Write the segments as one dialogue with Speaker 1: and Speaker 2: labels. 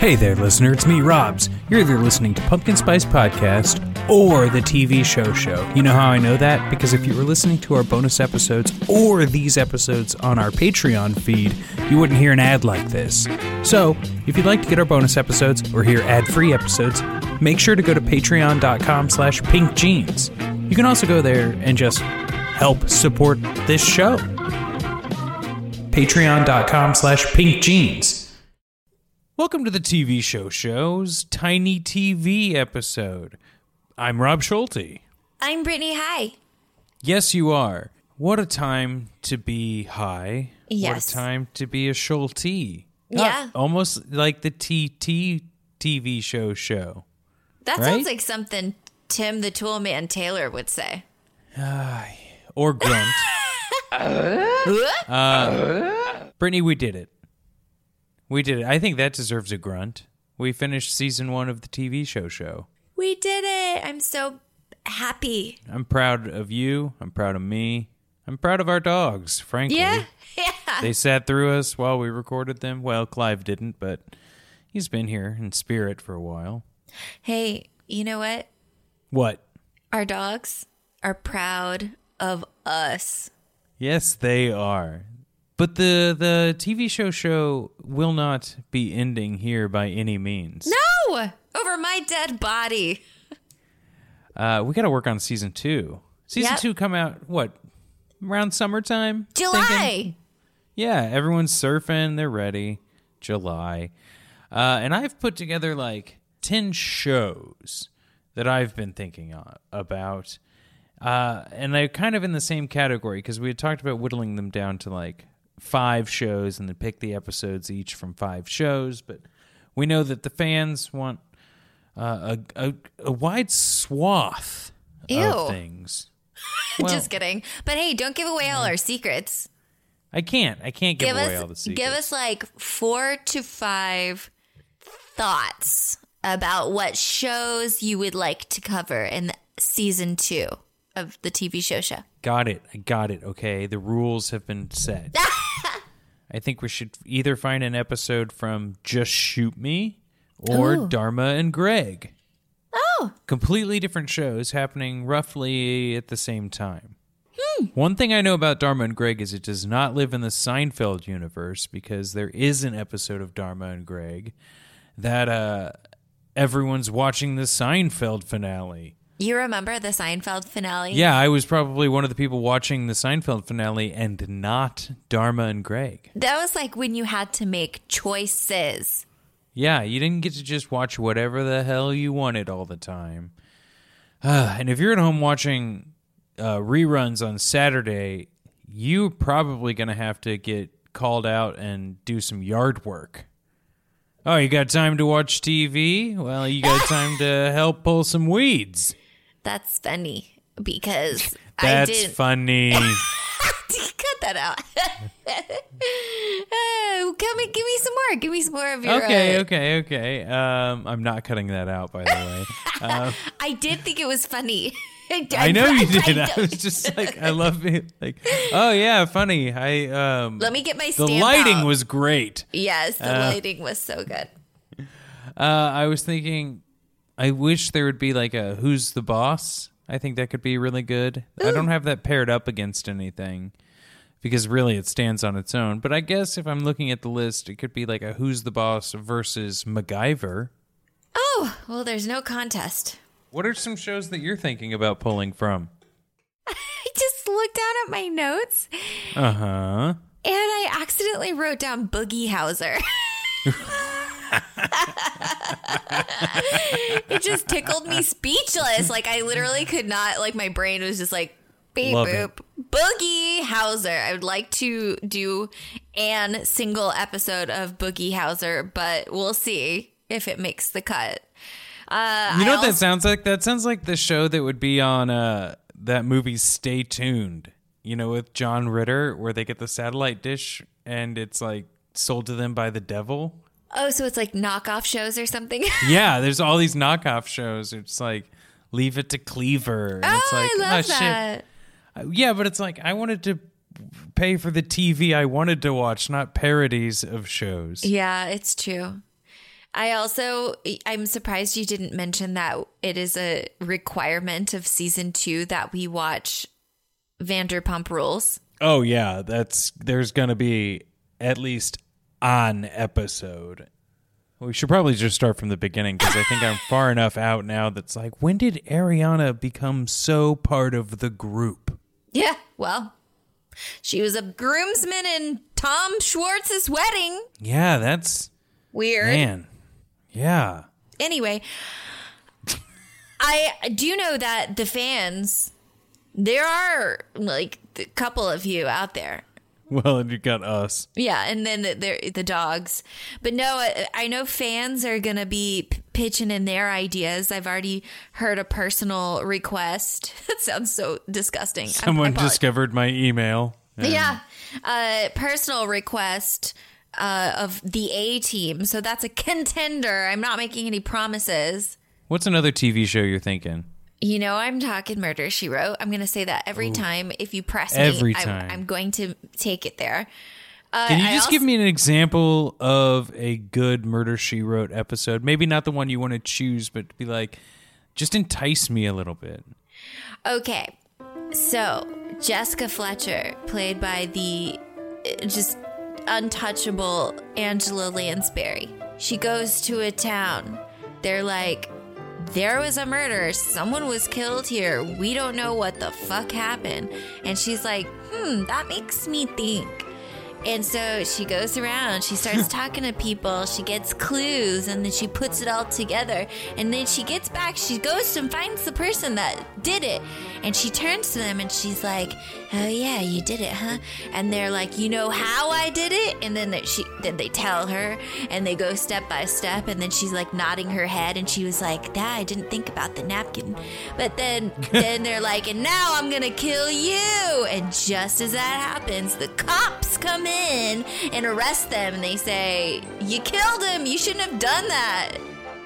Speaker 1: Hey there, listener. It's me, Robs. You're either listening to Pumpkin Spice Podcast or the TV show show. You know how I know that? Because if you were listening to our bonus episodes or these episodes on our Patreon feed, you wouldn't hear an ad like this. So, if you'd like to get our bonus episodes or hear ad-free episodes, make sure to go to patreon.com slash pinkjeans. You can also go there and just help support this show. Patreon.com slash pinkjeans. Welcome to the TV show show's Tiny TV episode. I'm Rob Schulte.
Speaker 2: I'm Brittany High.
Speaker 1: Yes, you are. What a time to be high. What
Speaker 2: Yes.
Speaker 1: a time to be a Schulte.
Speaker 2: Yeah.
Speaker 1: Almost like the TT TV show show.
Speaker 2: That
Speaker 1: Right?
Speaker 2: sounds like something Tim the Tool Man Taylor would say.
Speaker 1: Or grunt. Uh, Brittany, we did it. We did it. I think that deserves a grunt. We finished season one of the TV show show.
Speaker 2: We did it. I'm so happy.
Speaker 1: I'm proud of you. I'm proud of me. I'm proud of our dogs, frankly.
Speaker 2: Yeah. Yeah.
Speaker 1: They sat through us while we recorded them. Well, Clive didn't, but he's been here in spirit for a while.
Speaker 2: Hey, you know what?
Speaker 1: What?
Speaker 2: Our dogs are proud of us.
Speaker 1: Yes, they are. But the the TV show show will not be ending here by any means.
Speaker 2: No! Over my dead body.
Speaker 1: Uh, we got to work on season two. Season
Speaker 2: Yep.
Speaker 1: two come out what around summertime? Thinking?
Speaker 2: July.
Speaker 1: Yeah, everyone's surfing. They're ready. July, uh, and I've put together like ten shows that I've been thinking on, about, uh, and they're kind of in the same category because we had talked about whittling them down to like five shows and then pick the episodes each from five shows. But we know that the fans want uh, a, a a wide swath
Speaker 2: Ew.
Speaker 1: of things.
Speaker 2: Just kidding. But hey, don't give away all our secrets.
Speaker 1: I can't. I can't give,
Speaker 2: Give
Speaker 1: away all the
Speaker 2: us
Speaker 1: secrets.
Speaker 2: give us like 4 to 5 thoughts about what shows you would like to cover in season 2 of the TV show show.
Speaker 1: Got it. I got it. Okay. The rules have been set. I think we should either find an episode from Just Shoot Me or Dharma and Greg.
Speaker 2: Oh,
Speaker 1: Completely different shows happening roughly at the same time. One thing I know about Dharma and Greg is it does not live in the Seinfeld universe because there is an episode of Dharma and Greg that uh, everyone's watching the Seinfeld finale.
Speaker 2: you remember the Seinfeld finale?
Speaker 1: Yeah, I was probably one of the people watching the Seinfeld finale and not Dharma and Greg.
Speaker 2: That was like when you had to make choices.
Speaker 1: Yeah, you didn't get to just watch whatever the hell you wanted all the time. Ah, and if you're at home watching uh, reruns on Saturday, you're probably going to have to get called out and do some yard work. Oh, you got time to watch TV? Well, you got time to help pull some weeds.
Speaker 2: That's funny because I
Speaker 1: That's
Speaker 2: didn't
Speaker 1: funny.
Speaker 2: cut that out. oh, come and give me some more. Give me some more of your.
Speaker 1: Okay,
Speaker 2: uh,
Speaker 1: okay, okay. Um, I'm not cutting that out, by the way.
Speaker 2: I did think it was funny. I,
Speaker 1: I know you did. I
Speaker 2: don't-
Speaker 1: was just like, I love it. Like, oh yeah, funny. I um,
Speaker 2: Let me get my
Speaker 1: the
Speaker 2: stamp
Speaker 1: lighting
Speaker 2: out.
Speaker 1: was great.
Speaker 2: Yes, the lighting was so good.
Speaker 1: Uh, I was thinking, I wish there would be like a Who's the Boss. I think that could be really good. I don't have that paired up against anything because really it stands on its own. But I guess if I'm looking at the list, it could be like a Who's the Boss versus MacGyver.
Speaker 2: Oh well, there's no contest.
Speaker 1: What are some shows that you're thinking about pulling from?
Speaker 2: I just looked down at my notes and
Speaker 1: Uh huh.
Speaker 2: I accidentally wrote down Boogie Hauser. it just tickled me speechless. Like I literally could not. Like my brain was just like beep
Speaker 1: Love it.
Speaker 2: boop Boogie Hauser. I would like to do an single episode of Boogie Hauser, but we'll see if it makes the cut. Uh,
Speaker 1: You know
Speaker 2: I
Speaker 1: what that
Speaker 2: also-
Speaker 1: sounds like? That sounds like the show that would be on uh, that movie Stay Tuned, you know, with John Ritter, where they get the satellite dish and it's like sold to them by the devil.
Speaker 2: Oh, so it's like knockoff shows or something.
Speaker 1: Yeah, there's all these knockoff shows. It's like Leave It to Cleaver. And
Speaker 2: oh,
Speaker 1: it's like,
Speaker 2: I love
Speaker 1: oh,
Speaker 2: that.
Speaker 1: Shit. Yeah, but it's like I wanted to pay for the TV I wanted to watch, not parodies of shows.
Speaker 2: Yeah, it's true. I also I'm surprised you didn't mention that it is a requirement of season 2 that we watch Vanderpump Rules.
Speaker 1: Oh yeah, that's there's going to be at least an episode. We should probably just start from the beginning because I think I'm far enough out now that's like when did Ariana become so part of the group?
Speaker 2: Yeah, well, she was a groomsman in Tom Schwartz's wedding.
Speaker 1: Yeah, that's
Speaker 2: Weird.
Speaker 1: man. Yeah.
Speaker 2: Anyway, I do know that the fans there are like a couple of you out there
Speaker 1: Well, and you got us.
Speaker 2: Yeah, and then the, the, the dogs. But no, I- I know fans are going to be p- pitching in their ideas. I've already heard a personal request. That sounds so disgusting. I- I
Speaker 1: Someone
Speaker 2: apologize.
Speaker 1: discovered my email.
Speaker 2: But yeah, uh, personal request uh, of the A team. So that's a contender. I'm not making any promises.
Speaker 1: What's another TV show you're thinking?
Speaker 2: You know, I'm talking murder. She wrote. I'm going to say that every time. If you press
Speaker 1: Every
Speaker 2: me, I'm-
Speaker 1: time.
Speaker 2: I'm, going to take it there. Uh,
Speaker 1: Can you
Speaker 2: I
Speaker 1: just
Speaker 2: also-
Speaker 1: give me an example of a good Murder She Wrote episode? Maybe not the one you want to choose, but be like, just entice me a little bit.
Speaker 2: Okay, so Jessica Fletcher, played by the uh, just untouchable Angela Lansbury, she goes to a town. They're like, there was a murder. Someone was killed here. We don't know what the fuck happened. And she's like, hmm, that makes me think. And so she goes around, she starts talking to people, she gets clues, and then she puts it all together. And then she gets back, she goes and finds the person that did it. And she turns to them and she's like, Oh, yeah, you did it, huh? And they're like, You know how I did it? And then that she, then they tell her, and they go step by step. And then she's like nodding her head, and she was like, Nah, I didn't think about the napkin. But then, then they're like, And now I'm gonna kill you. And just as that happens, the cops come in and arrest them, and they say, You killed him. You shouldn't have done that.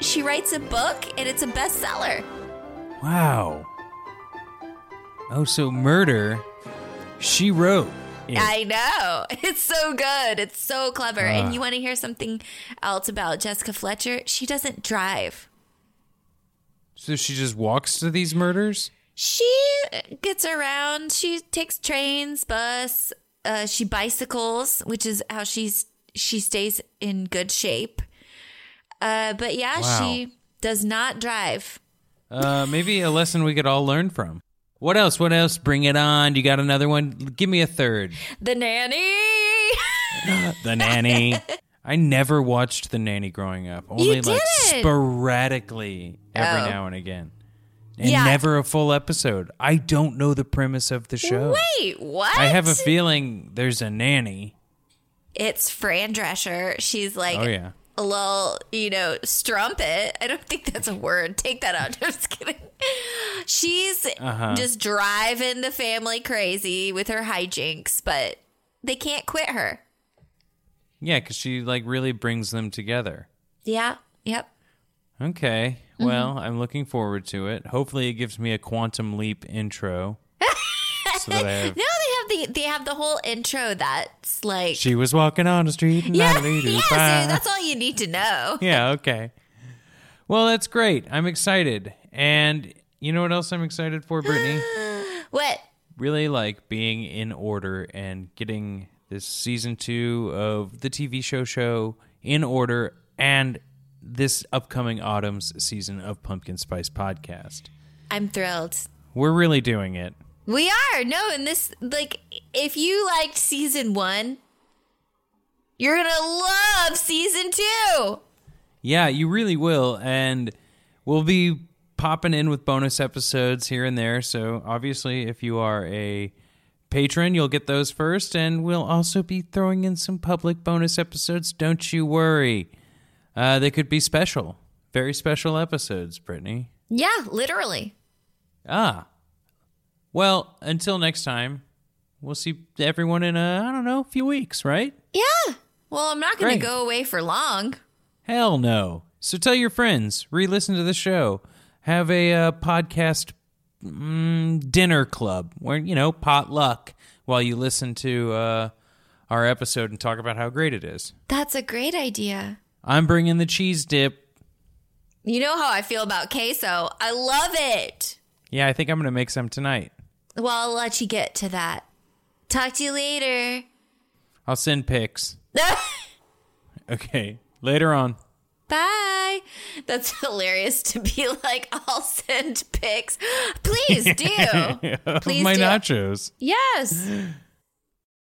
Speaker 2: She writes a book, and it's a bestseller.
Speaker 1: Wow. Oh, so Murder She Wrote. it.
Speaker 2: I know. It's so good. It's so clever.
Speaker 1: Ah.
Speaker 2: and you want to hear something else about Jessica Fletcher? She doesn't drive.
Speaker 1: so she just walks to these murders?
Speaker 2: She gets around. She takes trains, bus. Uh, she bicycles, which is how she's she stays in good shape. Uh, but yeah,
Speaker 1: Wow.
Speaker 2: she does not drive.
Speaker 1: Uh, maybe a lesson we could all learn from. What else? What else? Bring it on. You got another one? Give me a third.
Speaker 2: The nanny.
Speaker 1: The Nanny. I never watched The Nanny growing up. Only like
Speaker 2: didn't?
Speaker 1: sporadically every
Speaker 2: Oh.
Speaker 1: now and again. And
Speaker 2: Yeah.
Speaker 1: never a full episode. I don't know the premise of the show.
Speaker 2: Wait, what?
Speaker 1: I have a feeling there's a nanny.
Speaker 2: it's Fran Drescher. She's like
Speaker 1: Oh yeah.
Speaker 2: a little, you know, strumpet. I don't think that's a word. Take that out. I'm just kidding. She's just driving the family crazy with her hijinks, but they can't quit her.
Speaker 1: Yeah, cuz she like really brings them together.
Speaker 2: Yeah. Yep.
Speaker 1: Okay.
Speaker 2: Mm-hmm.
Speaker 1: Well, I'm looking forward to it. Hopefully it gives me a quantum leap intro. so that I have
Speaker 2: No, they have the they have the whole intro that's like
Speaker 1: She was walking on the street and
Speaker 2: yeah,
Speaker 1: not a
Speaker 2: yeah,
Speaker 1: leader.
Speaker 2: dude,
Speaker 1: Bye.
Speaker 2: that's all you need to know.
Speaker 1: yeah, okay. Well, that's great. I'm excited. And you know what else I'm excited for, Brittany?
Speaker 2: What?
Speaker 1: really like being in order and getting this season two of the TV show show in order and this upcoming autumn's season of Pumpkin Spice Podcast.
Speaker 2: I'm thrilled.
Speaker 1: We're really doing it.
Speaker 2: We are. No, and this like if you liked season 1, you're going to love season 2.
Speaker 1: Yeah, you really will. And we'll be popping in with bonus episodes here and there. So obviously, if you are a patron, you'll get those first. And we'll also be throwing in some public bonus episodes. Don't you worry. Uh, they could be special, very special episodes, Brittany.
Speaker 2: Yeah, literally.
Speaker 1: Ah. Well, until next time, we'll see everyone in, a, I don't know, a few weeks, right?
Speaker 2: Yeah. Well, I'm not going
Speaker 1: Great.
Speaker 2: to go away for long.
Speaker 1: Hell no. So tell your friends, re listen to the show, have a uh, podcast mm, dinner club where, you know, potluck while you listen to uh, our episode and talk about how great it is.
Speaker 2: That's a great idea.
Speaker 1: I'm bringing the cheese dip.
Speaker 2: You know how I feel about queso. I love it.
Speaker 1: Yeah, I think I'm going to make some tonight.
Speaker 2: Well, I'll let you get to that. Talk to you later.
Speaker 1: I'll send pics. Okay, later on.
Speaker 2: Bye. That's hilarious to be like, I'll send pics. Please do.
Speaker 1: of
Speaker 2: Please
Speaker 1: my
Speaker 2: do.
Speaker 1: nachos.
Speaker 2: Yes.